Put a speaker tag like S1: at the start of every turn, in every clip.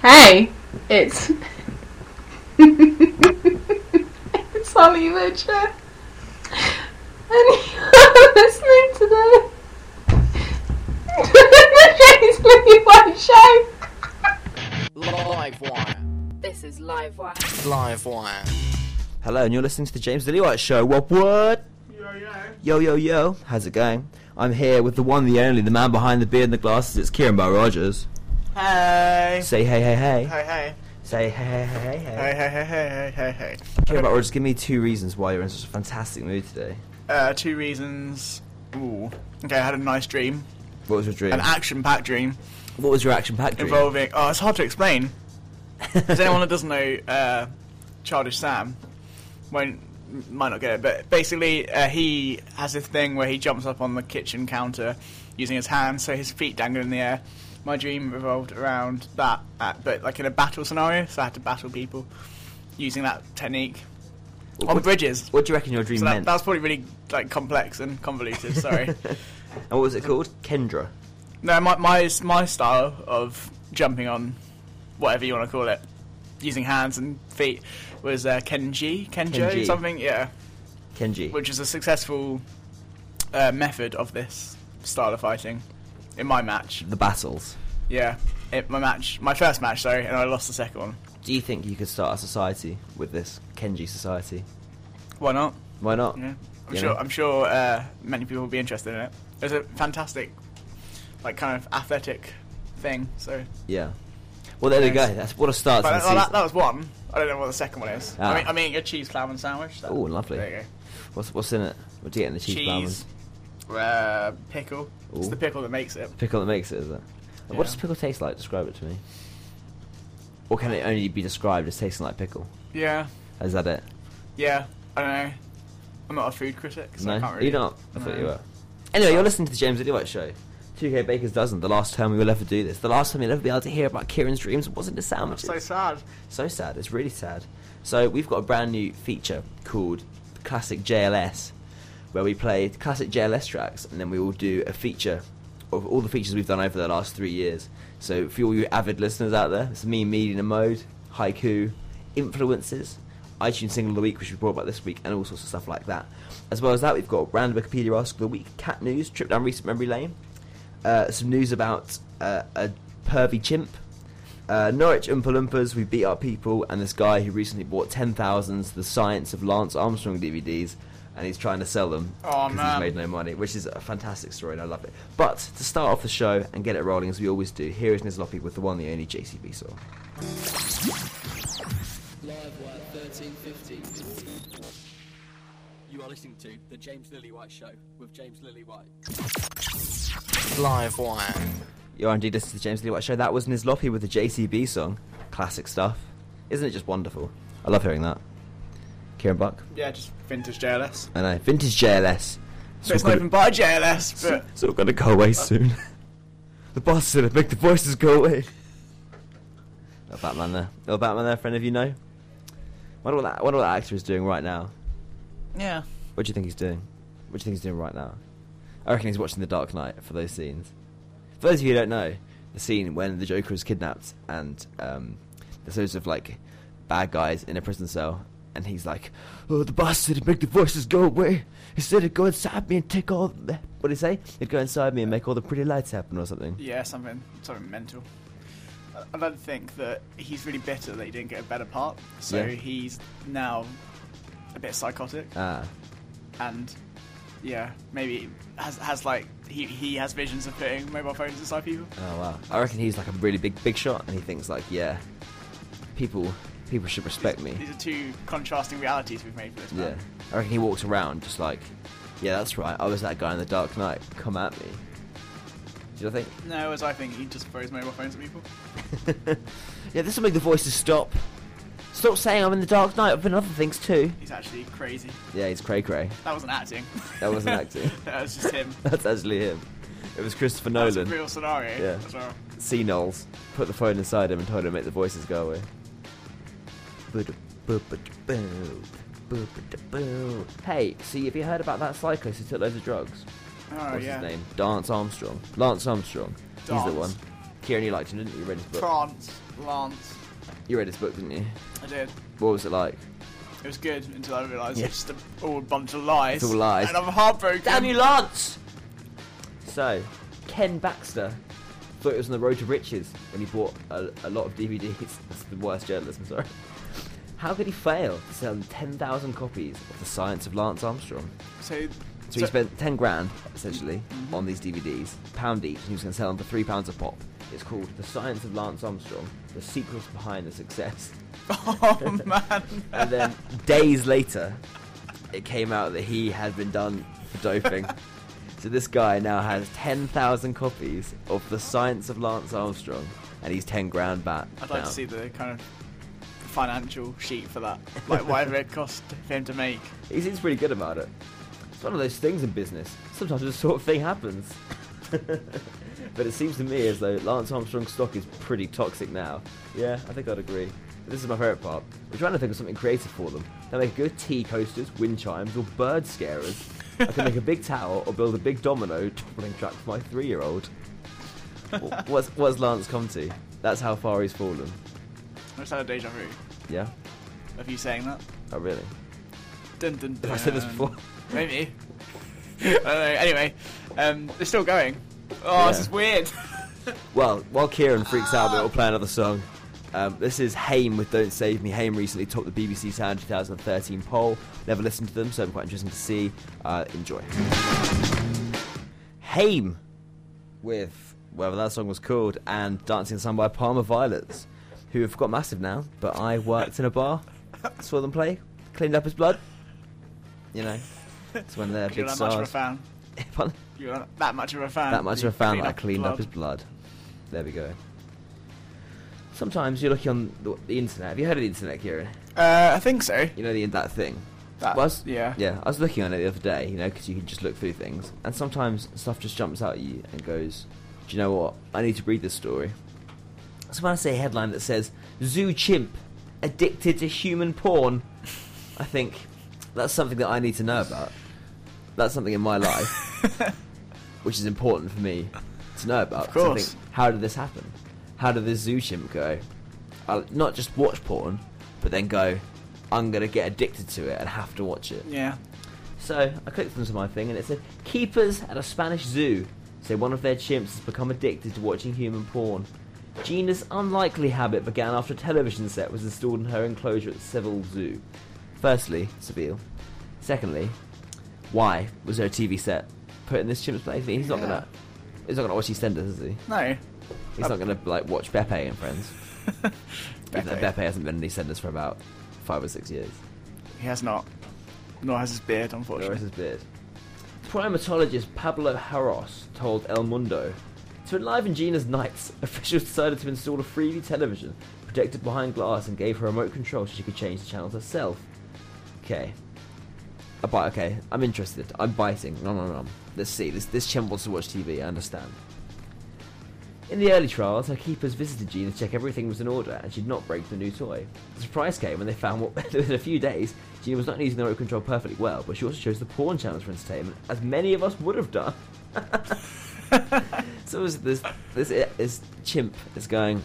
S1: Hey, it's. it's Ollie Witcher. And you're listening to the. the James Lee White Show.
S2: Live wire.
S3: This is live wire.
S2: Live wire.
S4: Hello, and you're listening to the James Lillywhite Show. What, what? Yo, yo. Yo, yo, yo. How's it going? I'm here with the one, the only, the man behind the beard and the glasses. It's Kieran Bar Rogers.
S2: Hey.
S4: Say hey, hey, hey.
S2: Hey hey.
S4: Say hey, hey, hey, hey, hey.
S2: Hey hey hey hey hey hey hey.
S4: Kieran Bar Rogers, give me two reasons why you're in such a fantastic mood today.
S2: Uh, two reasons. Ooh. Okay, I had a nice dream,
S4: What was your dream?
S2: an action-packed dream
S4: what was your action packed dream?
S2: involving. Oh, it's hard to explain. Because anyone that doesn't know uh, Childish Sam won't might not get it. But basically, uh, he has this thing where he jumps up on the kitchen counter using his hands, so his feet dangle in the air. My dream revolved around that, uh, but like in a battle scenario, so I had to battle people using that technique on
S4: what,
S2: bridges.
S4: what do you reckon your dream
S2: So that,
S4: meant?
S2: that's probably really like complex and convoluted. Sorry.
S4: and what was it called? Kendra.
S2: no, my, my my style of jumping on whatever you want to call it, using hands and feet, was uh, Kenji, Kenjo,
S4: Kenji.
S2: something. Yeah,
S4: Kenji.
S2: which is a successful uh, method of this style of fighting in my match.
S4: the battles.
S2: Yeah, it, my match, my first match, sorry, and I lost the second one.
S4: Do you think you could start a society with this Kenji society?
S2: Why not?
S4: Why not?
S2: Yeah, I'm
S4: You
S2: sure.
S4: know?
S2: I'm sure uh, many people will be interested in it. It's a fantastic, like kind of athletic thing. So
S4: Yeah. Well, there we
S2: Yes.
S4: go. That's what a start to the
S2: But that, that,
S4: season.
S2: that was one. I don't know what the second one is.
S4: Ah.
S2: I mean, I mean, a cheese clam and sandwich. That-
S4: Ooh, lovely.
S2: There you go.
S4: What's what's in it? What do you get in the cheese,
S2: Cheese.
S4: balance?
S2: Uh, pickle. It's
S4: Ooh.
S2: the pickle that makes it.
S4: Pickle that makes it, is it? And What
S2: Yeah.
S4: does pickle taste like? Describe it to me. Or can it only be described as tasting like pickle?
S2: Yeah,
S4: Is that it?
S2: yeah. I don't know. I'm not a food critic, so I
S4: no,
S2: can't really.
S4: you're not. I thought
S2: No.
S4: you were. Anyway, you're listening to the James Idiot Show. 2K Baker's dozen. The last time we will ever do this. The last time you'll ever be able to hear about Kieran's dreams wasn't a
S2: I'm
S4: sandwich.
S2: so sad.
S4: So sad. It's really sad. So we've got a brand new feature called Classic JLS, where we play classic JLS tracks, and then we will do a feature of all the features we've done over the last three years. So for all you avid listeners out there, it's me, Medium Mode, Haiku, Influences, iTunes Single of the Week, which we brought back this week, and all sorts of stuff like that. As well as that, we've got Random Wikipedia Ask of the Week, Cat News, Trip Down Recent Memory Lane, uh, some news about uh, a pervy chimp. Uh, Norwich Oompa Loompas, we beat up people, and this guy who recently bought 10,000s The Science of Lance Armstrong DVDs, and he's trying to sell them
S2: Aw, Oh, man.
S4: he's made no money, which is a fantastic story, and I love it. But to start off the show and get it rolling, as we always do, here is Nizloppy with the one, the only JCB song.
S5: Live Wire 1350. You are listening to The James Lillywhite Show with James Lillywhite.
S2: Live wire.
S4: You're indeed listening to the James Lee White Show. That was Nizloppy with the JCB song. Classic stuff. Isn't it just wonderful? I love hearing that. Kieran Buck.
S2: Yeah, just vintage JLS.
S4: And I vintage JLS.
S2: So it's not even by JLS, but
S4: It's all gonna go away soon. the boss said it'd make the voices go away. Little Batman there. Little Batman there, friend of you know. Wonder what that wonder what that actor is doing right now.
S2: yeah.
S4: What do you think he's doing? What do you think he's doing right now? I reckon he's watching The Dark Knight for those scenes. For those of you who don't know, the scene when the Joker is kidnapped and um, there's loads of like bad guys in a prison cell, and he's like, "Oh, the boss said he'd make the voices go away. He said he'd go inside me and take all the what did he say? He'd go inside me and make all the pretty lights happen or something."
S2: Yeah, something something mental. I- I don't think that he's really bitter that he didn't get a better part, so
S4: Yeah.
S2: he's now a bit psychotic
S4: Ah,
S2: and yeah, maybe has has like he, he has visions of putting mobile phones inside people.
S4: oh wow. I reckon he's like a really big big shot, and he thinks like, "Yeah, people people should respect me."
S2: These are two contrasting realities we've made for this.
S4: Yeah.
S2: Man.
S4: I reckon he walks around just like, yeah, that's right. I was that guy in the Dark Knight. Come at me. Do you think?
S2: No, as I think he just throws mobile phones at people.
S4: Yeah, this will make the voices stop. Stop saying I'm in the Dark Knight. I've been other things too.
S2: He's actually crazy.
S4: Yeah, he's cray cray.
S2: That wasn't acting.
S4: That wasn't acting.
S2: that was just him.
S4: That's actually him. It was Christopher
S2: That's a
S4: Nolan.
S2: real scenario.
S4: Yeah.
S2: as well. Oh,
S4: C. Knowles put the phone inside him and told him to make the voices go away. Boo-da-boo-ba-da-boo, boo-ba-da-boo. Hey, see, have you heard about that cyclist who took loads of drugs?
S2: Oh
S4: What's
S2: yeah.
S4: his name? Dance Armstrong. Lance Armstrong. He's
S2: Dance.
S4: the one. Kieran, you liked him, didn't you? You read his book.
S2: France, Lance.
S4: You read his book, didn't you?
S2: I did.
S4: What was it like?
S2: It was good until I realised
S4: Yeah.
S2: it's just a, all a bunch of lies.
S4: It's all lies.
S2: And I'm heartbroken.
S4: Lance! So, Ken Baxter thought it was on the road to riches when he bought a, a lot of DVDs. That's the worst journalism, sorry. How could he fail to sell 10,000 copies of The Science of Lance Armstrong?
S2: So,
S4: So he spent 10 grand, essentially, on these DVDs, pound each, and he was going to sell them for £3 pounds a pop. It's called The Science of Lance Armstrong, The Secrets Behind the Success.
S2: Oh man.
S4: And then days later, it came out that he had been done for doping. so this guy now has 10,000 copies of The Science of Lance Armstrong, and he's 10 grand back.
S2: I'd like
S4: now.
S2: to see the kind of financial sheet for that. Like whatever it cost for him to make.
S4: He seems pretty good about it. It's one of those things in business. Sometimes this sort of thing happens. but it seems to me as though Lance Armstrong's stock is pretty toxic now. Yeah, I think I'd agree. But this is my favourite part. We're trying to think of something creative for them. They'll make good tea coasters, wind chimes, or bird scarers. I can make a big tower or build a big domino toppling track for my three-year-old. Wh- What's, what's Lance come to? That's how far he's fallen.
S2: I just had a deja vu
S4: Yeah?
S2: of you saying that.
S4: Oh, really?
S2: Dun, dun, dun.
S4: I said this before.
S2: Maybe. I don't know. Anyway, um, they're still going. Oh, this
S4: Yeah.
S2: is weird.
S4: Well, while Kieran freaks out, we'll play another song. Um, this is Haim with Don't Save Me. Haim recently topped the BBC Sound 2013 poll. Never listened to them, so it'll be quite interesting to see. Uh, enjoy. Haim with whatever that song was called and Dancing in the Sun by Palmer Violets, who have got massive now, but I worked in a bar, saw them play, cleaned up his blood. You know, it's one of their
S2: You're
S4: big
S2: that much of a
S4: stars.
S2: fan.
S4: Pardon?
S2: You're not that much of a fan.
S4: that much
S2: You
S4: of a fan
S2: clean
S4: that I cleaned up
S2: blood.
S4: his blood. There we go. Sometimes you're looking on the, the internet. Have you heard of the internet, Kieran?
S2: Uh, I think so.
S4: You know the that thing.
S2: That-
S4: Well, I was-
S2: yeah.
S4: Yeah, I was looking on it the other day, you know, because you can just look through things, and sometimes stuff just jumps out at you and goes, "Do you know what? I need to read this story." So when I see a headline that says "Zoo chimp addicted to human porn," I think that's something that I need to know about. That's something in my life which is important for me to know about.
S2: Of
S4: 'cause I
S2: course.
S4: think, how did this happen? How did this zoo chimp go? I'll not just watch porn, but then go, I'm going to get addicted to it and have to watch it.
S2: yeah.
S4: So I clicked onto my thing and it said, Keepers at a Spanish zoo say one of their chimps has become addicted to watching human porn. Gina's unlikely habit began after a television set was installed in her enclosure at Seville Zoo. Firstly, Seville. Secondly, why was there a TV set put in this chimp's place? He's not
S2: Yeah.
S4: gonna, he's not gonna watch EastEnders, is he?
S2: No.
S4: He's not gonna like watch Beppe and Friends. Even though
S2: Beppe.
S4: Beppe hasn't been in EastEnders for about five or six years.
S2: He has not. Nor has his beard,
S4: Or is
S2: unfortunately.
S4: his beard? Primatologist Pablo Harros told El Mundo To enliven Gina's nights, officials decided to install a 3D television protected behind glass and gave her a remote control so she could change the channels herself. Okay. I bite, okay, I'm interested. I'm biting. No, no, no. Let's see. This, this chimp wants to watch TV, I understand. In the early trials, her keepers visited Gina to check everything was in order and she'd not break the new toy. The surprise came when they found what within a few days, Gina was not only using the remote control perfectly well, but she also chose the porn channels for entertainment, as many of us would have done. so it was this this this chimp is going,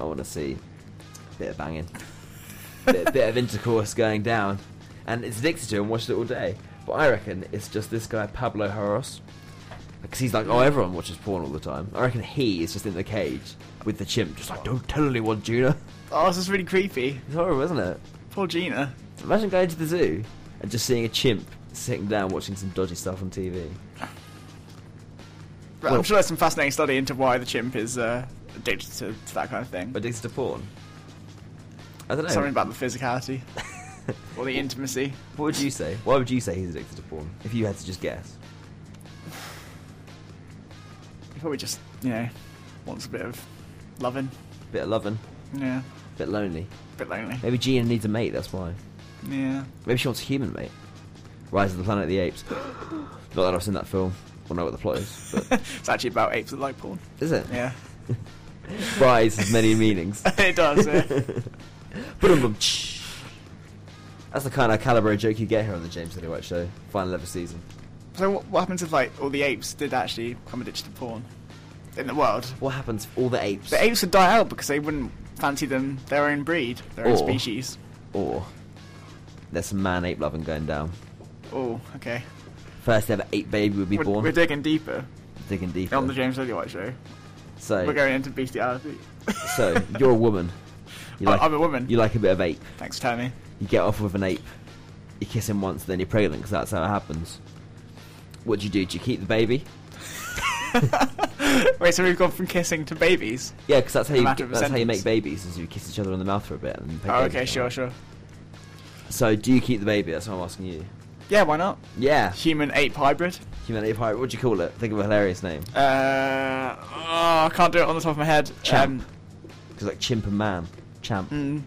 S4: I want to see a bit of banging, bit, bit of intercourse going down, and it's addicted to it and watched it all day. But I reckon it's just this guy Pablo Harros because he's like, oh, everyone watches porn all the time. I reckon he is just in the cage with the chimp, just like, don't tell anyone, Gina.
S2: Oh, this is really creepy.
S4: It's horrible, isn't it?
S2: Poor Gina.
S4: Imagine going to the zoo and just seeing a chimp sitting down watching some dodgy stuff on TV.
S2: Right,
S4: Well-
S2: I'm sure there's some fascinating study into why the chimp is uh, addicted to, to that kind of thing.
S4: Addicted to porn. I don't know.
S2: Something about the physicality or the intimacy.
S4: What would you say? Why would you say he's addicted to porn if you had to just guess?
S2: He probably just, you know, wants a bit of loving.
S4: Bit of loving,
S2: Yeah.
S4: bit lonely.
S2: bit lonely.
S4: Maybe Gina needs a mate. That's why.
S2: Yeah.
S4: Maybe she wants a human mate. Rise of the Planet of the Apes. Not that I've seen that film or know what the plot is, but
S2: It's actually about apes that like porn.
S4: is it?
S2: Yeah.
S4: Rise has many meanings.
S2: it does, yeah.
S4: Ba-dum-bum. That's the kind of calibre of joke you get here on the James Lily White Show, final ever season.
S2: So what, what happens if, like, all the apes did actually come addicted to porn? in the world.
S4: What happens to all the apes?
S2: The apes would die out because they wouldn't fancy them their own breed, their own
S4: Or-
S2: species.
S4: Or there's some man ape loving going down.
S2: Oh, okay.
S4: First ever ape baby would be
S2: We're,
S4: born.
S2: we're digging deeper
S4: digging deeper.
S2: on the James Lillywhite show.
S4: so,
S2: We're going into bestiality.
S4: so you're a woman. You
S2: I- I'm a woman.
S4: You like a bit of ape.
S2: Thanks, Tammy.
S4: You get off with an ape. You kiss him once, then you're pregnant because that's how it happens. What do you do? Do you keep the baby?
S2: Wait, so we've gone from kissing to babies?
S4: Yeah, because that's how
S2: A
S4: you
S2: matter of a
S4: that's how you
S2: sentence.
S4: make babies. Is you kiss each other on the mouth for a bit. And
S2: Oh, okay, sure, sure.
S4: So do you keep the baby? That's what I'm asking you.
S2: Yeah, why not?
S4: Yeah,
S2: Human ape hybrid.
S4: humanity pirate. What do you call it? Think of a hilarious name.
S2: Uh, oh, I can't do it on the top of my head.
S4: Champ. Because like chimp and man, champ,
S2: Um,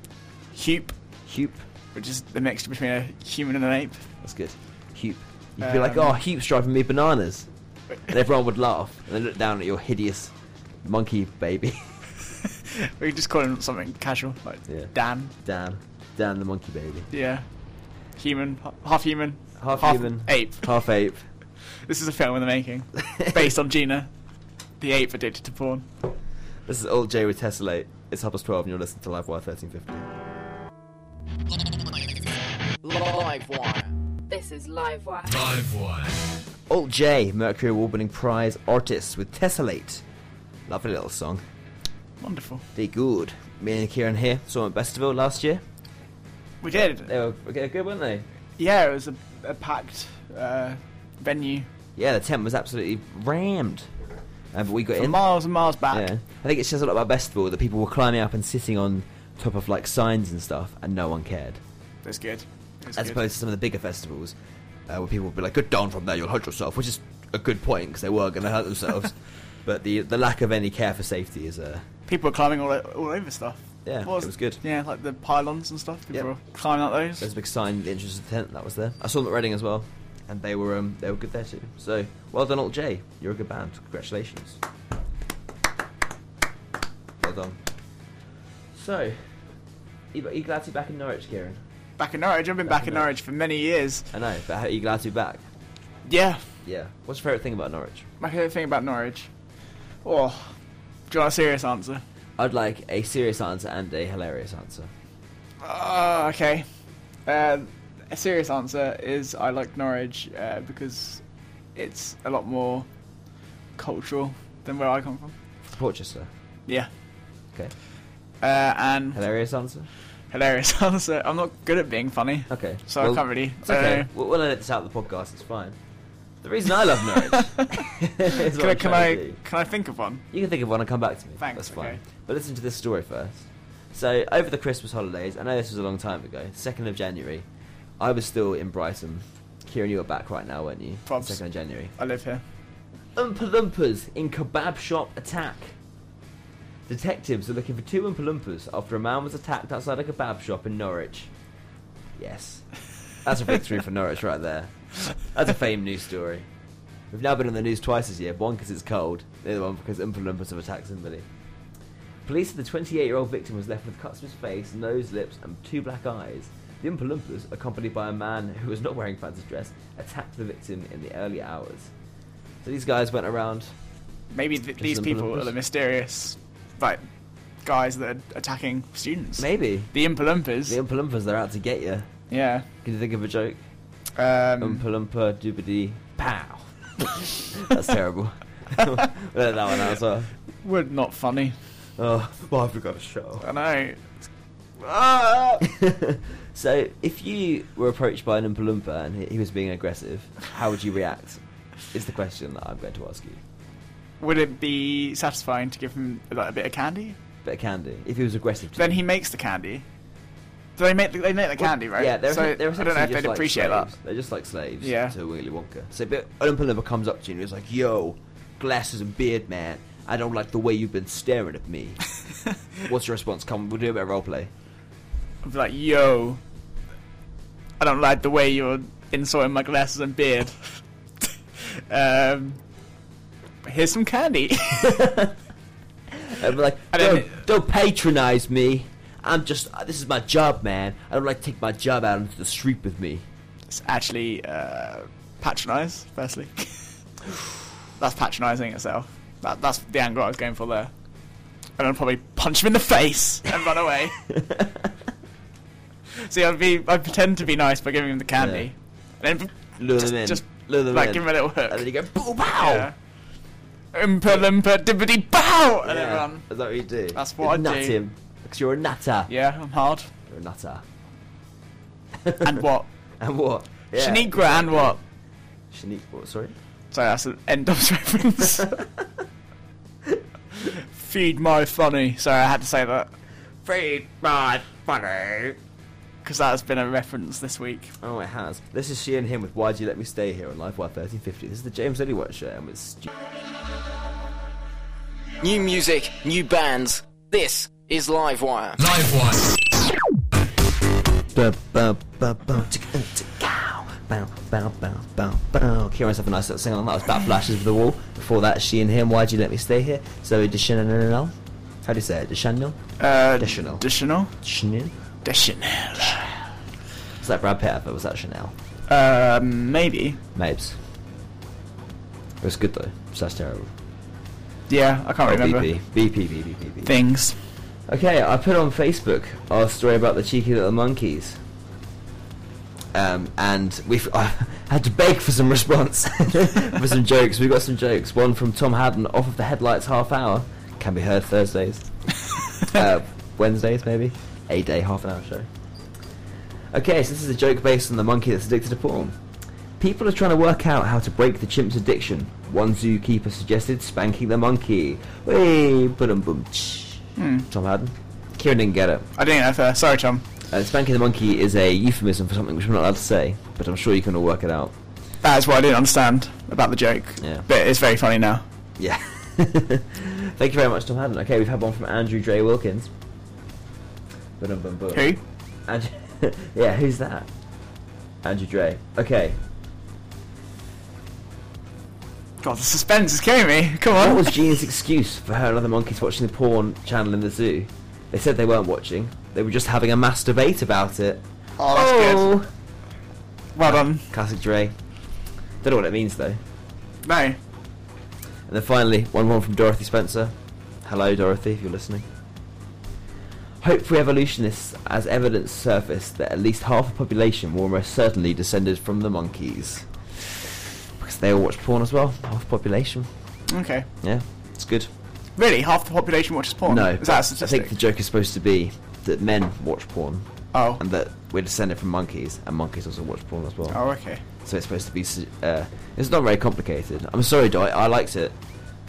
S2: mm, hupe,
S4: hupe.
S2: which is the mix between a human and an ape.
S4: That's good. Hupe. You'd be like,
S2: Um,
S4: oh, Hupe's driving me bananas, and everyone would laugh and then look down at your hideous monkey baby,
S2: We could just call him something casual, like
S4: Yeah.
S2: Dan.
S4: Dan, Dan the monkey baby,
S2: Yeah. Human, h- half human,
S4: Half human.
S2: ape.
S4: half ape.
S2: This is a film in the making, based on Gina, the ape addicted to porn.
S4: This is all Jay with Tessellate. It's half past twelve, and you're listening to Live Wire thirteen fifty.
S5: Live one.
S1: This is live wire.
S4: Alt J, Mercury Award-winning prize artist with Tessellate. Lovely little song.
S2: Wonderful.
S4: They good. Me and Kieran here saw them at Bestiville last year.
S2: We did.
S4: They were okay, good, weren't they?
S2: Yeah, it was a, a packed uh, venue
S4: Yeah, the tent was absolutely rammed. Uh, but we got
S2: for
S4: in.
S2: miles and miles back.
S4: Yeah. I think it says a lot about Bestiville that people were climbing up and sitting on top of like signs and stuff, and no one cared.
S2: That's good. That's
S4: As
S2: good.
S4: opposed to some of the bigger festivals, uh, where people would be like, "Get down from there, you'll hurt yourself," which is a good point because they were going to hurt themselves. but the the lack of any care for safety is uh,
S2: people were climbing all, o- all over stuff.
S4: Yeah,
S2: What
S4: it was good.
S2: Yeah, like the pylons and stuff. People
S4: Yep.
S2: were climbing up those.
S4: There's a big sign at the entrance of the tent that was there. I saw them at Reading as well, and they were um, they were good there too. So well done, Alt J. You're a good band. Congratulations. Well done. So, you, you glad to be back in Norwich, Kieran?
S2: back in Norwich, I've been
S4: Back
S2: back,
S4: in
S2: in Norwich for many years.
S4: I know, but how, are you glad to be back?
S2: Yeah,
S4: Yeah. What's your favourite thing about Norwich?
S2: my favourite thing about Norwich. Oh, do you want a serious answer?
S4: I'd like a serious answer and a hilarious answer.
S2: Uh, okay. Uh, a serious answer is I like Norwich uh, because it's a lot more cultural than where I come from.
S4: Porchester.
S2: Yeah.
S4: Okay.
S2: Uh, and
S4: Hilarious answer.
S2: hilarious answer. I'm not good at being funny,
S4: Okay.
S2: so
S4: Well,
S2: I can't really. uh,
S4: It's
S2: I don't
S4: okay.
S2: know.
S4: We'll, we'll edit this out of the podcast. It's fine. The reason I love Norwich. is what
S2: Can I
S4: I'm
S2: can
S4: trying
S2: I,
S4: to do.
S2: can I think of one?
S4: You can think of one and come back to me.
S2: Thanks,
S4: That's fine.
S2: okay.
S4: But listen to this story first. So, over the Christmas holidays, I know this was a long time ago, 2nd of January, I was still in Brighton. Kieran, you were back right now, weren't you?
S2: Probs.
S4: 2nd of January.
S2: I live here.
S4: Oompa Loompas in kebab shop attack. Detectives are looking for two Oompa Loompas after a man was attacked outside a kebab shop in Norwich. Yes. That's a victory for Norwich right there. That's a fame news story. We've now been on the news twice this year, one because it's cold, the other one because Oompa Loompas have attacked somebody. Police said the 28 year old victim was left with cuts to his face, nose, lips, and two black eyes. The Oompa Loompas, accompanied by a man who was not wearing fancy dress, attacked the victim in the early hours. So these guys went around.
S2: Maybe th- these
S4: Oompa
S2: people
S4: Loompas.
S2: are the mysterious, like, guys that are attacking students.
S4: Maybe
S2: The Oompa Loompas.
S4: the Oompa Loompas, they're out to get you.
S2: yeah.
S4: Can you think of a joke?
S2: Um,
S4: Oompa Loompa doobity pow. That's terrible. we'll edit that one out as well.
S2: We're not funny.
S4: Oh, well, I forgot to show.
S2: I know. Ah!
S4: so, if you were approached by an Oompa Loompa and he- he was being aggressive, how would you react? Is the question that I'm going to ask you.
S2: Would it be satisfying to give him like, a bit of candy?
S4: Bit of candy. If he was aggressive, to
S2: Then
S4: you.
S2: he makes the candy. So they make the, they make the
S4: Well,
S2: candy, right?
S4: Yeah, they're,
S2: so
S4: they're
S2: I don't know
S4: essentially
S2: if
S4: just
S2: they'd
S4: like
S2: appreciate
S4: slaves.
S2: that.
S4: They're just like slaves
S2: Yeah.
S4: to Willy Wonka. So but Oompa Loompa comes up to you and he's like, "Yo, glasses and beard, man. I don't like the way you've been staring at me." What's your response? Come, we'll do a bit of roleplay.
S2: I'd be like, yo, I don't like the way you're insulting my glasses and beard. um, here's some candy.
S4: I'd be like,
S2: I don't-
S4: "Don't, don't patronize me. I'm just. uh, This is my job, man. I don't like to take my job out into the street with me."
S2: It's actually uh, patronise, firstly. That's patronising itself. That, that's the angle I was going for there. And I'd probably punch him in the face and run away. See, I'd be, I'd pretend to be nice by giving him the candy, and then
S4: Lure
S2: just,
S4: them in.
S2: just
S4: Lure them
S2: like
S4: in.
S2: give him a little hook.
S4: And then you go, boom,
S2: yeah.
S4: pow!
S2: Impa limpa dibbity bow, and then run.
S4: That's what you do.
S2: That's what
S4: you
S2: I
S4: nut
S2: do.
S4: him. Because you're a nutter.
S2: Yeah, I'm hard.
S4: You're a nutter.
S2: And what?
S4: And what? Yeah.
S2: Shaniqua and what?
S4: Shaniqua, what, sorry?
S2: Sorry, that's an end of reference. Feed my funny. Sorry, I had to say that
S4: Feed my funny.
S2: because that has been a reference this week.
S4: Oh, it has. This is she and him with Why'd You Let Me Stay Here on Live Wire 1350. This is the James Lillywhite show, and it's stu-
S3: New music, new bands. This is Livewire.
S6: Live one.
S4: Bow, bow, bow, bow, ticka, ticka, bow, bow, bow, bow, bow. Cure myself a nice little sing along. That was Bat Flashes with the Wall. Before that, She and Him, Why'd You Let Me Stay Here? Zoe Deschanel. How do you say it? Deschanel?
S2: Uh,
S4: Additional.
S2: Additional.
S4: Chanel?
S2: Additional.
S4: Was that Brad Pitt advert? Was that Chanel?
S2: Uh, maybe.
S4: Mapes. It was good though. Slash terrible.
S2: Yeah, I can't remember.
S4: BP. BP, BP, BP.
S2: Things.
S4: Okay, I put on Facebook our story about the cheeky little monkeys. Um, and we've I had to beg for some response, for some jokes. We got some jokes. One from Tom Haddon off of the headlights half hour can be heard Thursdays, uh, Wednesdays maybe, a day half an hour show. Okay, so this is a joke based on the monkey that's addicted to porn. People are trying to work out how to break the chimp's addiction. One zookeeper suggested spanking the monkey. Whee, boom, boom, Tom Haddon. Kieran didn't get it.
S2: I didn't know fair. Sorry, Tom.
S4: Uh, spanking the monkey is a euphemism for something which we're not allowed to say, but I'm sure you can all work it out.
S2: That is what I didn't understand about the joke.
S4: Yeah.
S2: But it's very funny now.
S4: Yeah. Thank you very much, Tom Haddon. Okay, we've had one from Andrew Dre Wilkins. Ba-dum-bum-bum.
S2: Who?
S4: And yeah, who's that? Andrew Dre. Okay.
S2: God, the suspense is killing me. Come on.
S4: What was Gina's excuse for her and other monkeys watching the porn channel in the zoo? They said they weren't watching. They were just having a mass debate about it.
S2: oh, that's good. Well done.
S4: Classic Dre. Don't know what it means though.
S2: No.
S4: And then finally, one one from Dorothy Spencer. Hello, Dorothy, if you're listening. Hope for evolutionists, as evidence surfaced that at least half the population were almost certainly descended from the monkeys. Because they all watch porn as well, half the population.
S2: Okay.
S4: Yeah, it's good.
S2: Really, half the population watches porn.
S4: No,
S2: is that a
S4: I
S2: statistic?
S4: think the joke is supposed to be that men watch porn
S2: oh.
S4: and that we're descended from monkeys, and monkeys also watch porn as well.
S2: Oh, okay.
S4: So it's supposed to be. s- Uh, it's not very complicated. I'm sorry, Dot, I liked it.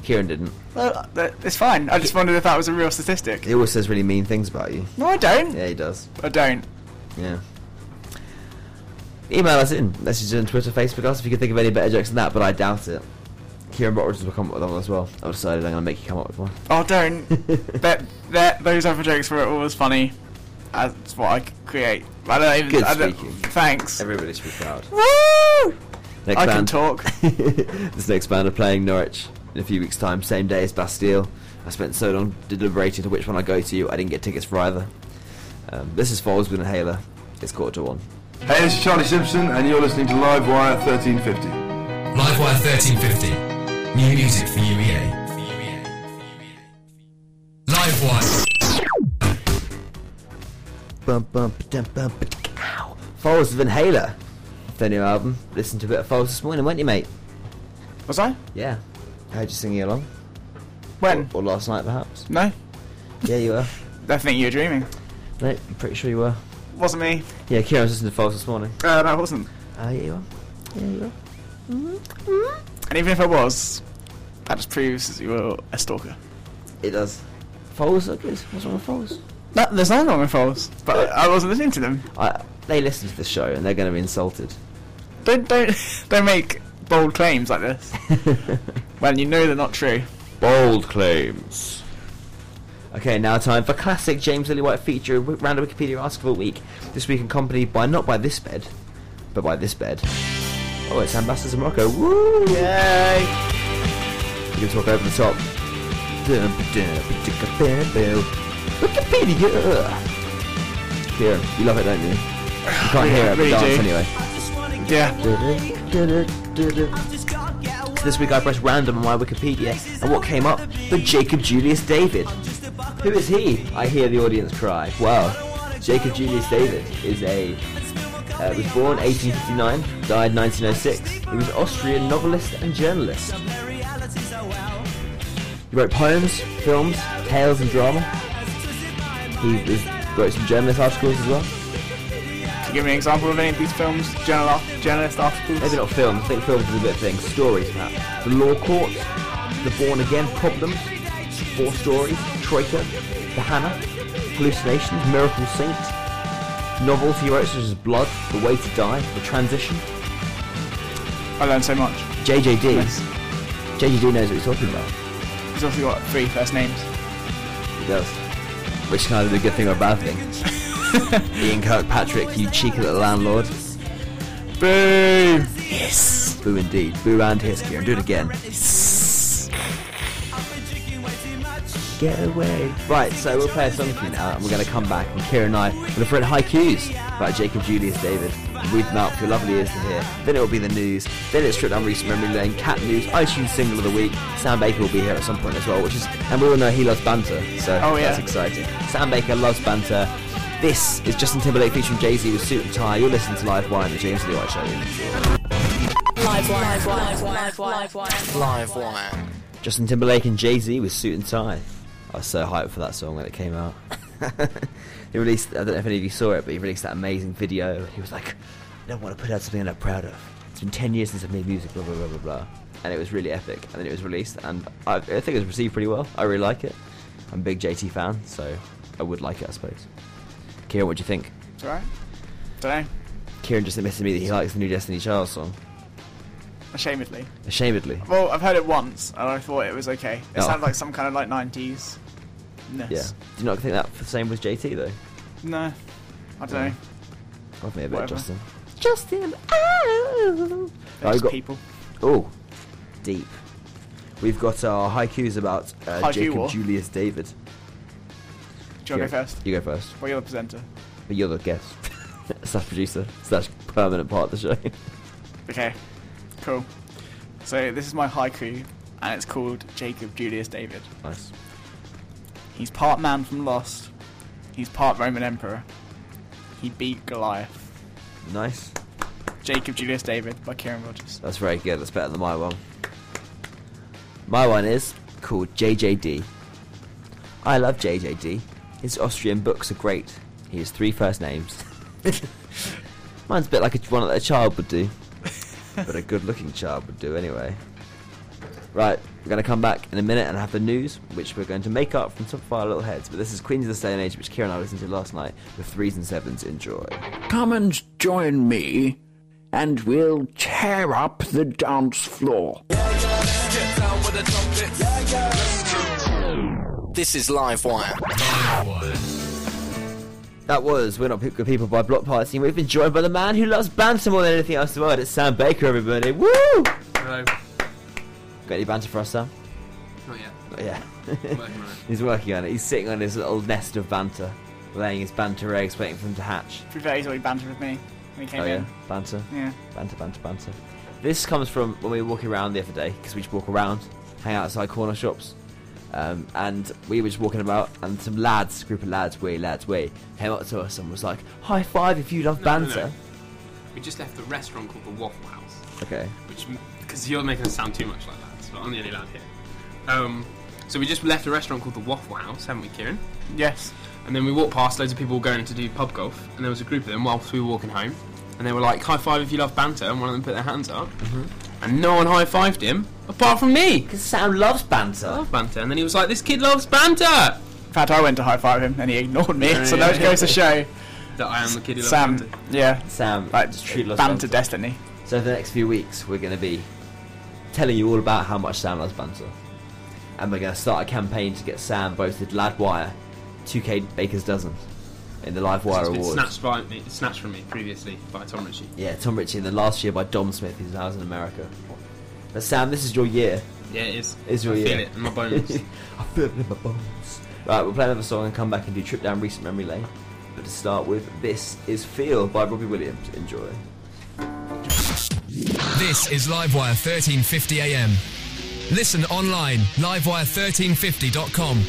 S4: Kieran didn't.
S2: Well, th- it's fine. I just wondered if that was a real statistic.
S4: He always says really mean things about you.
S2: No, I don't.
S4: Yeah, he does.
S2: I don't.
S4: Yeah. Email us in. Message us on Twitter, Facebook us if you can think of any better jokes than that, but I doubt it. Kieran Rutledge will come up with one as well. I've decided I'm going to make you come up with one.
S2: Oh, don't. that, that, those other jokes were always funny. That's what I c- create. I don't even.
S4: Good
S2: I don't-
S4: speaking.
S2: Thanks.
S4: Everybody should be proud.
S2: Woo!
S4: Next
S2: I can
S4: band.
S2: talk.
S4: this next band are playing Norwich in a few weeks' time, same day as Bastille. I spent so long deliberating to which one I go to. I didn't get tickets for either. Um, this is Falls with Inhaler. It's quarter to one.
S7: Hey, this is Charlie Simpson, and you're listening to Live Wire 1350.
S6: Livewire 1350. New music for E UEA. Livewire.
S4: bum, bum, ba-dum, bum, ba-dum, ow. Falls with Inhaler. Their new album. Listened to a bit of Falls this morning, weren't you, mate?
S2: Was I?
S4: Yeah. Heard you singing along.
S2: When?
S4: Or last night, perhaps.
S2: No.
S4: Yeah, you were.
S2: I think you were dreaming.
S4: No, I'm pretty sure you were.
S2: Wasn't me.
S4: Yeah, Kieran was listening to Falls this morning.
S2: Uh, no, I wasn't.
S4: Oh, yeah, you were. Yeah, you were.
S2: And even if I was, that just proves that you were a stalker.
S4: It does. Falls are good. What's wrong with Falls?
S2: No, there's nothing wrong with falls, but I wasn't listening to them.
S4: I, they listen to the show and they're going to be insulted.
S2: Don't don't don't make bold claims like this when you know they're not true.
S4: Bold claims. Okay, now time for classic James Lillywhite feature w- random Wikipedia article of the week. This week accompanied by not by this bed, but by this bed. Oh, it's Ambassadors of Morocco. Woo! Yay! We can talk over the top. Wikipedia. Kieran, you love it, don't you? You can't hear it, but
S2: Really do.
S4: dance anyway.
S2: Yeah.
S4: Did it, did it, did it. this week I pressed random on my Wikipedia, and what came up? The Jacob Julius David. Who is he? I hear the audience cry. Wow, Jacob Julius David is a uh, was born 1859, died 1906. He was an Austrian novelist and journalist. He wrote poems, films, tales, and drama. He was, wrote some journalist articles as well.
S2: Can you give me an example of any of these films, journal art- journalist articles?
S4: Maybe not films. I think films is a bit of thing. Stories, perhaps. The Law Court, The Born Again Problem, Four Stories, Troika, The Hannah, Hallucinations, Miracle Saint, novels he wrote such as Blood, The Way to Die, The Transition,
S2: I learned so much.
S4: JJD.
S2: Yes.
S4: JJD knows what he's talking about.
S2: He's also got three first names.
S4: He does. Which is kind of a good thing or a bad thing. Ian Kirkpatrick, you cheeky little landlord.
S2: Boo! Yes!
S4: Boo indeed. Boo and history. And do it again. Get away. Right, so we'll play a song for you now, and we're going to come back, and Kira and I are going to thread haikus about Jacob Julius David. Read them out for your lovely ears to hear. Then it'll be the news. Then it's Strip Down Recent Memory Lane, Cat News, iTunes Single of the Week. Sam Baker will be here at some point as well, which is, and we all know he loves banter, so
S2: Oh, yeah.
S4: that's exciting. Sam Baker loves banter. This is Justin Timberlake featuring Jay Z with Suit and Tie. You're listening to Live Wire and the James Lee White Show.
S8: Live wire, live wire, live wire.
S3: Live wire.
S4: Justin Timberlake and Jay Z with Suit and Tie. I was so hyped for that song when it came out. he released, I don't know if any of you saw it, but he released that amazing video. He was like, I don't want to put out something I'm not proud of. It's been 10 years since I've made music, blah, blah, blah, blah, blah. And it was really epic. And then it was released, and I, I think it was received pretty well. I really like it. I'm a big JT fan, so I would like it, I suppose. Kieran, what do you think?
S2: It's alright. Dunno.
S4: Kieran just admitted to me that he likes the new Destiny Child song.
S2: Ashamedly.
S4: Ashamedly.
S2: Well, I've heard it once and I thought it was okay.
S4: Oh.
S2: It sounded like some kind of like 90s. -ness.
S4: Yeah. Do you not think that the same was JT, though?
S2: No. I don't know.
S4: Love me a bit,
S2: Whatever.
S4: Justin. Justin, oh,
S2: They're just people.
S4: Oh, deep. We've got our haikus about uh,
S2: Haiku
S4: Jacob
S2: war.
S4: Julius David.
S2: Do you want to go
S4: Here,
S2: first?
S4: You go first.
S2: Well, you're the presenter.
S4: But you're the guest slash producer slash permanent part of the show.
S2: Okay. Cool. So this is my haiku and it's called Jacob Julius David.
S4: nice.
S2: He's part man from Lost. He's part Roman Emperor. He beat Goliath.
S4: Nice.
S2: Jacob Julius David by Kieran Rogers.
S4: That's very good. That's better than my one. My one is called JJD. I love JJD. His Austrian books are great. He has three first names. Mine's a bit like a, one that a child would do, but a good-looking child would do anyway. Right, we're going to come back in a minute and have the news, which we're going to make up from some of our little heads. But this is Queens of the Stone Age, which Kieran and I listened to last night with threes and sevens. Enjoy.
S9: Come and join me, and we'll tear up the dance floor.
S3: This is live wire.
S4: That was We're Not Pe- Good People by Block Party, and we've been joined by the man who loves banter more than anything else in the world. It's Sam Baker, everybody. Woo! Got
S5: Hello.
S4: any banter for us, Sam?
S5: Not yet.
S4: Oh, yeah.
S5: I'm working on it.
S4: He's working on it. He's sitting on his little nest of banter, laying his banter eggs, waiting for them to hatch.
S2: To be fair, he's already bantered with me when he came
S4: Oh, yeah.
S2: in.
S4: Banter.
S2: Yeah.
S4: Banter, banter, banter. This comes from when we were walking around the other day, because we just walk around, hang out outside corner shops. Um, and we were just walking about, and some lads, group of lads, way lads, way, came up to us and was like, High five if you love
S10: No, no,
S4: banter.
S10: no. We just left the restaurant called the Waffle House,
S4: Okay.
S10: which because you're making it sound too much like that, so I'm the only lad here. Um, so we just left a restaurant called the Waffle House, haven't we, Kieran?
S2: Yes.
S10: And then we walked past loads of people going to do pub golf, and there was a group of them whilst we were walking home, and they were like, "High five if you love banter," and one of them put their hands up, and no one high fived him apart from me.
S4: Because Sam loves
S10: I
S4: banter.
S10: love banter, and then he was like, "This kid loves banter."
S2: In fact, I went to high five him and he ignored me, so
S10: yeah,
S2: that
S10: yeah.
S2: goes to show.
S10: That I am the kid who loves
S2: Sam,
S10: banter.
S2: yeah,
S4: Sam,
S2: like
S4: just truly loves
S2: banter destiny.
S4: So for the next few weeks, we're going to be telling you all about how much Sam loves banter, and we're going to start a campaign to get Sam voted Ladwire 2K Baker's Dozen in the Live Wire
S10: It's been
S4: Awards.
S10: snatched by me, snatched from me previously by Tom Ritchie.
S4: Yeah, Tom Ritchie, and then last year by Dom Smith, who's now in America. But Sam, this is your year.
S10: Yeah, it is.
S4: It's your
S10: I
S4: year.
S10: feel it in my bones.
S4: I feel it in my bones. Right, we'll play another song and come back and do Trip Down Recent Memory Lane. But to start with, this is Feel by Robbie Williams. Enjoy.
S6: This is Livewire 1350 AM. Listen online, livewire1350.com.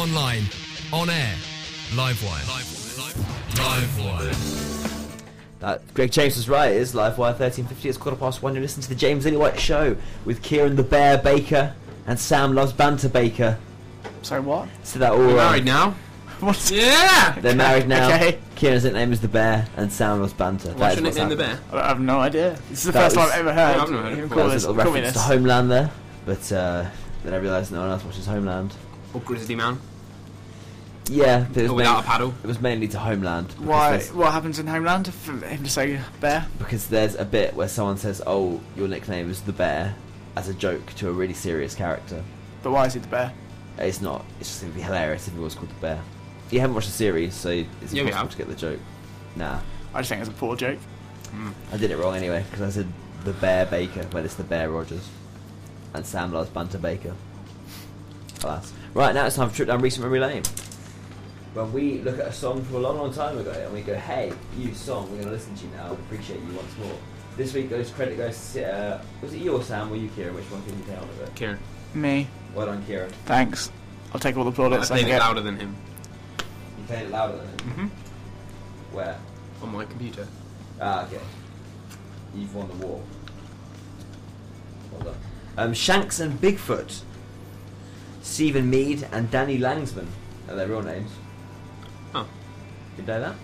S6: Online, on air, Livewire. Livewire.
S4: That Greg James was right. It is live wire thirteen fifty. It's quarter past one. You listen to the James Lily White Show with Kieran the Bear Baker and Sam loves banter Baker.
S2: So what?
S4: So that all
S10: We're
S4: uh,
S10: married now.
S2: What's
S10: Yeah!
S4: They're married now.
S2: Okay.
S4: Kieran's nickname is the Bear and Sam loves banter. That
S10: What's
S4: is
S10: your
S4: what's
S10: nickname, the bear?
S4: happening.
S2: I have no idea. This is the
S4: That
S2: first time
S4: was-
S2: I've ever heard.
S10: Yeah, I've never heard of
S2: You can
S10: it.
S4: That
S2: Call
S4: was
S2: this,
S4: a little
S2: call me
S4: reference to
S2: this.
S4: Homeland there, but uh, then I realised no one else watches Homeland.
S10: Or Grizzly Man?
S4: Yeah, but it was,
S10: Or without
S4: main-
S10: a paddle?
S4: it was mainly to Homeland. because
S2: Why?
S4: there's-
S2: What happens in Homeland for him to say bear?
S4: because there's a bit where someone says, "Oh, your nickname is the Bear," as a joke to a really serious character.
S2: But why is he the bear?
S4: It's not. It's just gonna be hilarious if it was called the Bear. You haven't watched the series, so it's
S10: Yeah, we
S4: impossible
S10: have.
S4: to get the joke. Nah,
S2: I just think it's a poor joke.
S4: I did it wrong anyway because I said the Bear Baker, but it's the Bear Rogers, and Sam loves Banter Baker. Class. Right now it's time for trip down recent memory lane. When we look at a song from a long, long time ago and we go, "Hey, you song, we're gonna listen to you now and appreciate you once more." This week goes credit goes to uh, was it you or Sam? Were you Kieran? Which one can you take on of it?
S10: Kieran.
S2: Me.
S4: Well done, Kieran.
S2: Thanks. I'll take all the
S10: I
S2: plaudits. I
S10: played
S2: can
S10: it
S2: get.
S10: louder than him
S4: You played it louder than him.
S10: Mhm.
S4: Where?
S10: on my computer.
S4: Ah, okay. You've won the war. Well done. Um, Shanks and Bigfoot. Stephen Mead and Danny Langsman are their real names.
S10: Oh.
S4: Did you know that?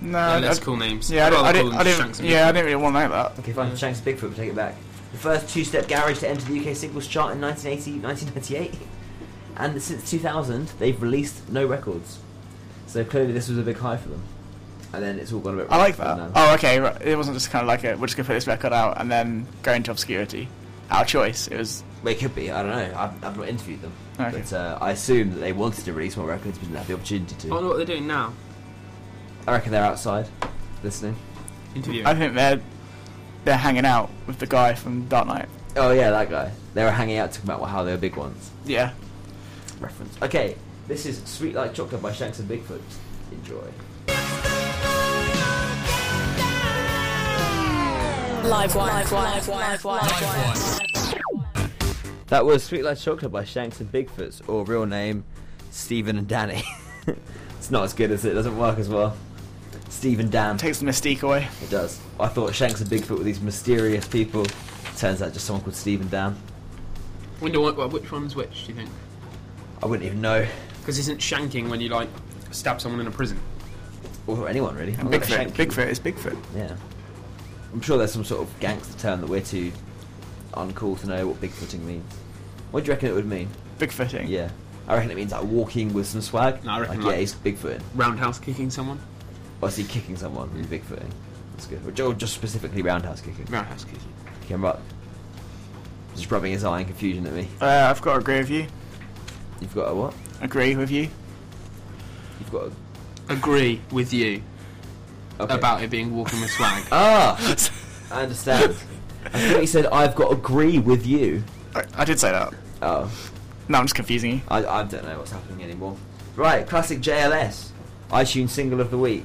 S2: No,
S10: yeah,
S2: I-
S10: let's
S2: I-
S10: call names.
S2: Yeah, I,
S10: I'd
S2: didn't-
S10: rather
S2: I
S10: call
S2: didn't.
S10: them
S2: I didn't
S10: Shanks and
S2: yeah, I
S10: Bigfoot.
S2: didn't really want to know that.
S4: Okay, fine. Shanks and Bigfoot, take it back. The first two step garage to enter the UK singles chart in 1980, 1998. And since 2000, they've released no records. So clearly, this was a big high for them. And then it's all gone a bit
S2: I like
S4: wrong
S2: that.
S4: now.
S2: Oh, okay. Right. It wasn't just kind of like a, we're just gonna put this record out and then go into obscurity. Our choice. It was.
S4: Well, it could be. I don't know. I've, I've not interviewed them,
S2: Okay.
S4: but uh, I assume that they wanted to release more records, but didn't have the opportunity to.
S10: I wonder what they're doing now.
S4: I reckon they're outside, listening.
S10: Interviewing.
S2: I think they're they're hanging out with the guy from Dark Knight.
S4: Oh yeah, that guy. They were hanging out talking about how they were big ones.
S2: Yeah.
S4: Reference. Okay, this is "Sweet Like Chocolate" by Shanks and Bigfoot. Enjoy.
S8: Live wire, live wire, live wire.
S6: Livewire.
S4: That was "Sweet Like Chocolate" by Shanks and Bigfoot, or real name Stephen and Danny. it's not as good as it. Doesn't work as well. Stephen Dan.
S2: Takes the mystique away.
S4: It does. I thought Shanks and Bigfoot were these mysterious people. Turns out just someone called Stephen Dan.
S10: Wonder what, what- which one's which, do you think?
S4: I wouldn't even know.
S10: Because isn't shanking when you, like, stab someone in a prison?
S4: Or anyone really. I'm not gonna
S2: Bigfoot.
S4: shank you.
S2: Bigfoot is Bigfoot.
S4: Yeah. I'm sure there's some sort of gangster term that we're too uncool to know what bigfooting means. What do you reckon it would mean?
S2: Bigfooting.
S4: Yeah. I reckon it means like walking with some swag.
S10: No, I reckon
S4: like,
S10: like-
S4: yeah, he's bigfooting.
S10: Roundhouse kicking someone?
S4: Or is he kicking someone and bigfooting? That's good. Or ju- or just specifically roundhouse kicking.
S10: Roundhouse kicking.
S4: Okay, I'm right. Just rubbing his eye in confusion at me.
S2: Uh, I've got to agree with you.
S4: You've got a what?
S2: Agree with you.
S4: You've got a...
S10: Agree with you
S4: Okay.
S10: about it being walking with swag.
S4: Ah! I understand. I thought you said, I've got to agree with you.
S2: I, I did say that.
S4: Oh.
S2: No, I'm just confusing you.
S4: I, I don't know what's happening anymore. Right, classic JLS, iTunes single of the week.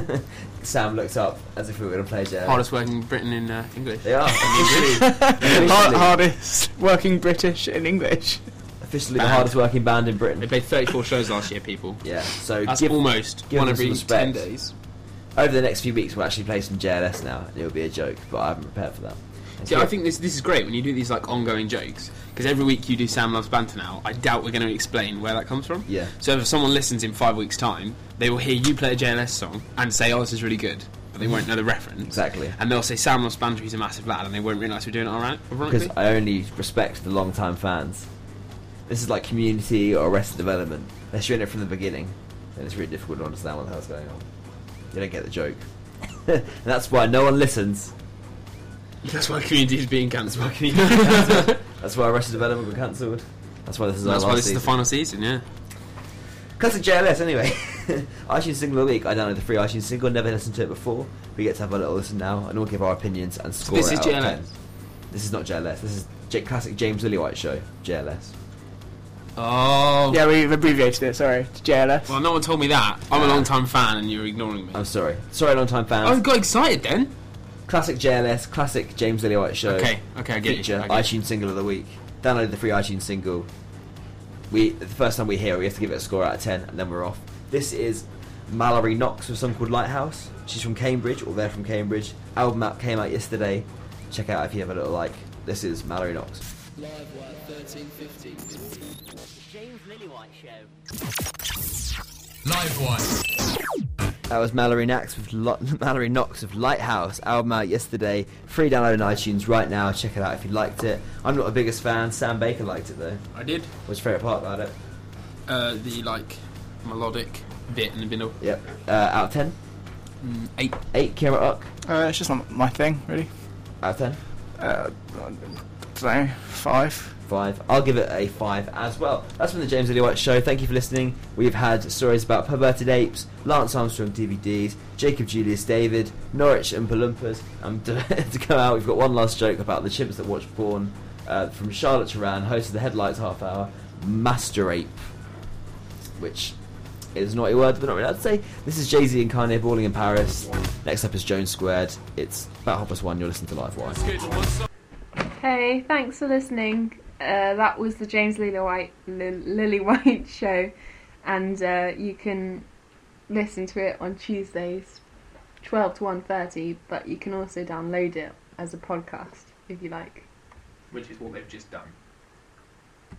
S4: Sam looked up as if we were going to play JLS.
S10: Hardest word in Britain in uh, English.
S4: They are officially, officially,
S2: Hard, hardest working British in English.
S4: officially the
S10: Band.
S4: hardest working band in
S10: They
S4: Britain.
S10: played 34 shows last year, people.
S4: Yeah, so
S10: That's
S4: give,
S10: almost
S4: give
S10: one
S4: them some
S10: every
S4: respect.
S10: 10 days.
S4: over the next few weeks we'll actually play some JLS now, and it'll be a joke, but I haven't prepared for that. It's
S10: See, I
S4: good.
S10: think this this is great when you do these like ongoing jokes because every week you do Sam loves banter now. I doubt we're going to explain where that comes from.
S4: Yeah.
S10: So if someone listens in five weeks' time, they will hear you play a JLS song and say, "Oh, this is really good," but they won't know the reference
S4: Exactly.
S10: And they'll say Sam loves banter. He's a massive lad, and they won't realise we're doing it all right.
S4: because
S10: Ironically.
S4: I only respect the long-time fans. This is like Community or Arrested Development. Unless you're in it from the beginning, then it's really difficult to understand what the hell's going on. You don't get the joke, and that's why no one listens.
S10: That's why community is being cancelled. That's why,
S4: That's why Arrested Development got cancelled. That's why this is
S10: That's
S4: our
S10: why
S4: last
S10: this is the
S4: season.
S10: final season. Yeah.
S4: Classic JLS anyway. iTunes single of the week. I downloaded the free iTunes single. Never listened to it before. We get to have a little listen now, and we'll give our opinions and score.
S10: this
S4: it
S10: is
S4: out of
S10: JLS?
S4: 10. This is not JLS. This is J- classic James Lillywhite show. JLS.
S10: Oh.
S2: Yeah, we've abbreviated it. Sorry, to JLS.
S10: Well, no one told me that. I'm a
S4: Yeah.
S10: long time fan, and you're ignoring me. Oh,
S4: I'm sorry. Sorry, long time fans.
S10: I got excited then.
S4: Classic JLS, classic James Lillywhite show.
S10: Okay, okay, I get you,
S4: feature,
S10: I get you.
S4: iTunes single of the week. Download the free iTunes single. We the first time we hear it, we have to give it a score out of ten, and then we're off. This is Mallory Knox with a song called Lighthouse. She's from Cambridge, or they're from Cambridge. Album out came out yesterday. Check out if you have a little like. This is Mallory Knox.
S5: Live wire 1350.
S11: James Lillywhite Show.
S6: Live wire.
S4: That was Mallory Knox with Lo- Mallory Knox of Lighthouse album out yesterday. Free download on iTunes right now. Check it out if you liked it. I'm not the biggest fan. Sam Baker liked it though.
S10: I did
S4: What's your favourite part about it?
S10: uh, the like melodic bit in the middle.
S4: Yep. Uh, out of ten.
S10: Mm, eight.
S4: Eight. Kira Ock.
S2: Uh, it's just not my thing, really.
S4: Out of ten.
S2: Uh, I don't know, five.
S4: Five. I'll give it a five as well. That's been the James Eddie White Show. Thank you for listening. We've had stories about perverted apes, Lance Armstrong DVDs, Jacob Julius David, Norwich and Palumpas. Um, to, to come out, we've got one last joke about the chimps that watch porn uh, from Charlotte Turan, host of the Headlights Half Hour, Master Ape, which is a naughty word, but not really allowed to say. This is Jay Z and Kanye balling in Paris. Next up is Jones Squared. It's about half past one. You're listening to Live Wire.
S1: Hey, thanks for listening. Uh, that was the James Lily White, Lil Lily White show, and uh, you can listen to it on Tuesdays, twelve to one thirty. But you can also download it as a podcast if you like.
S10: Which is what they've just done.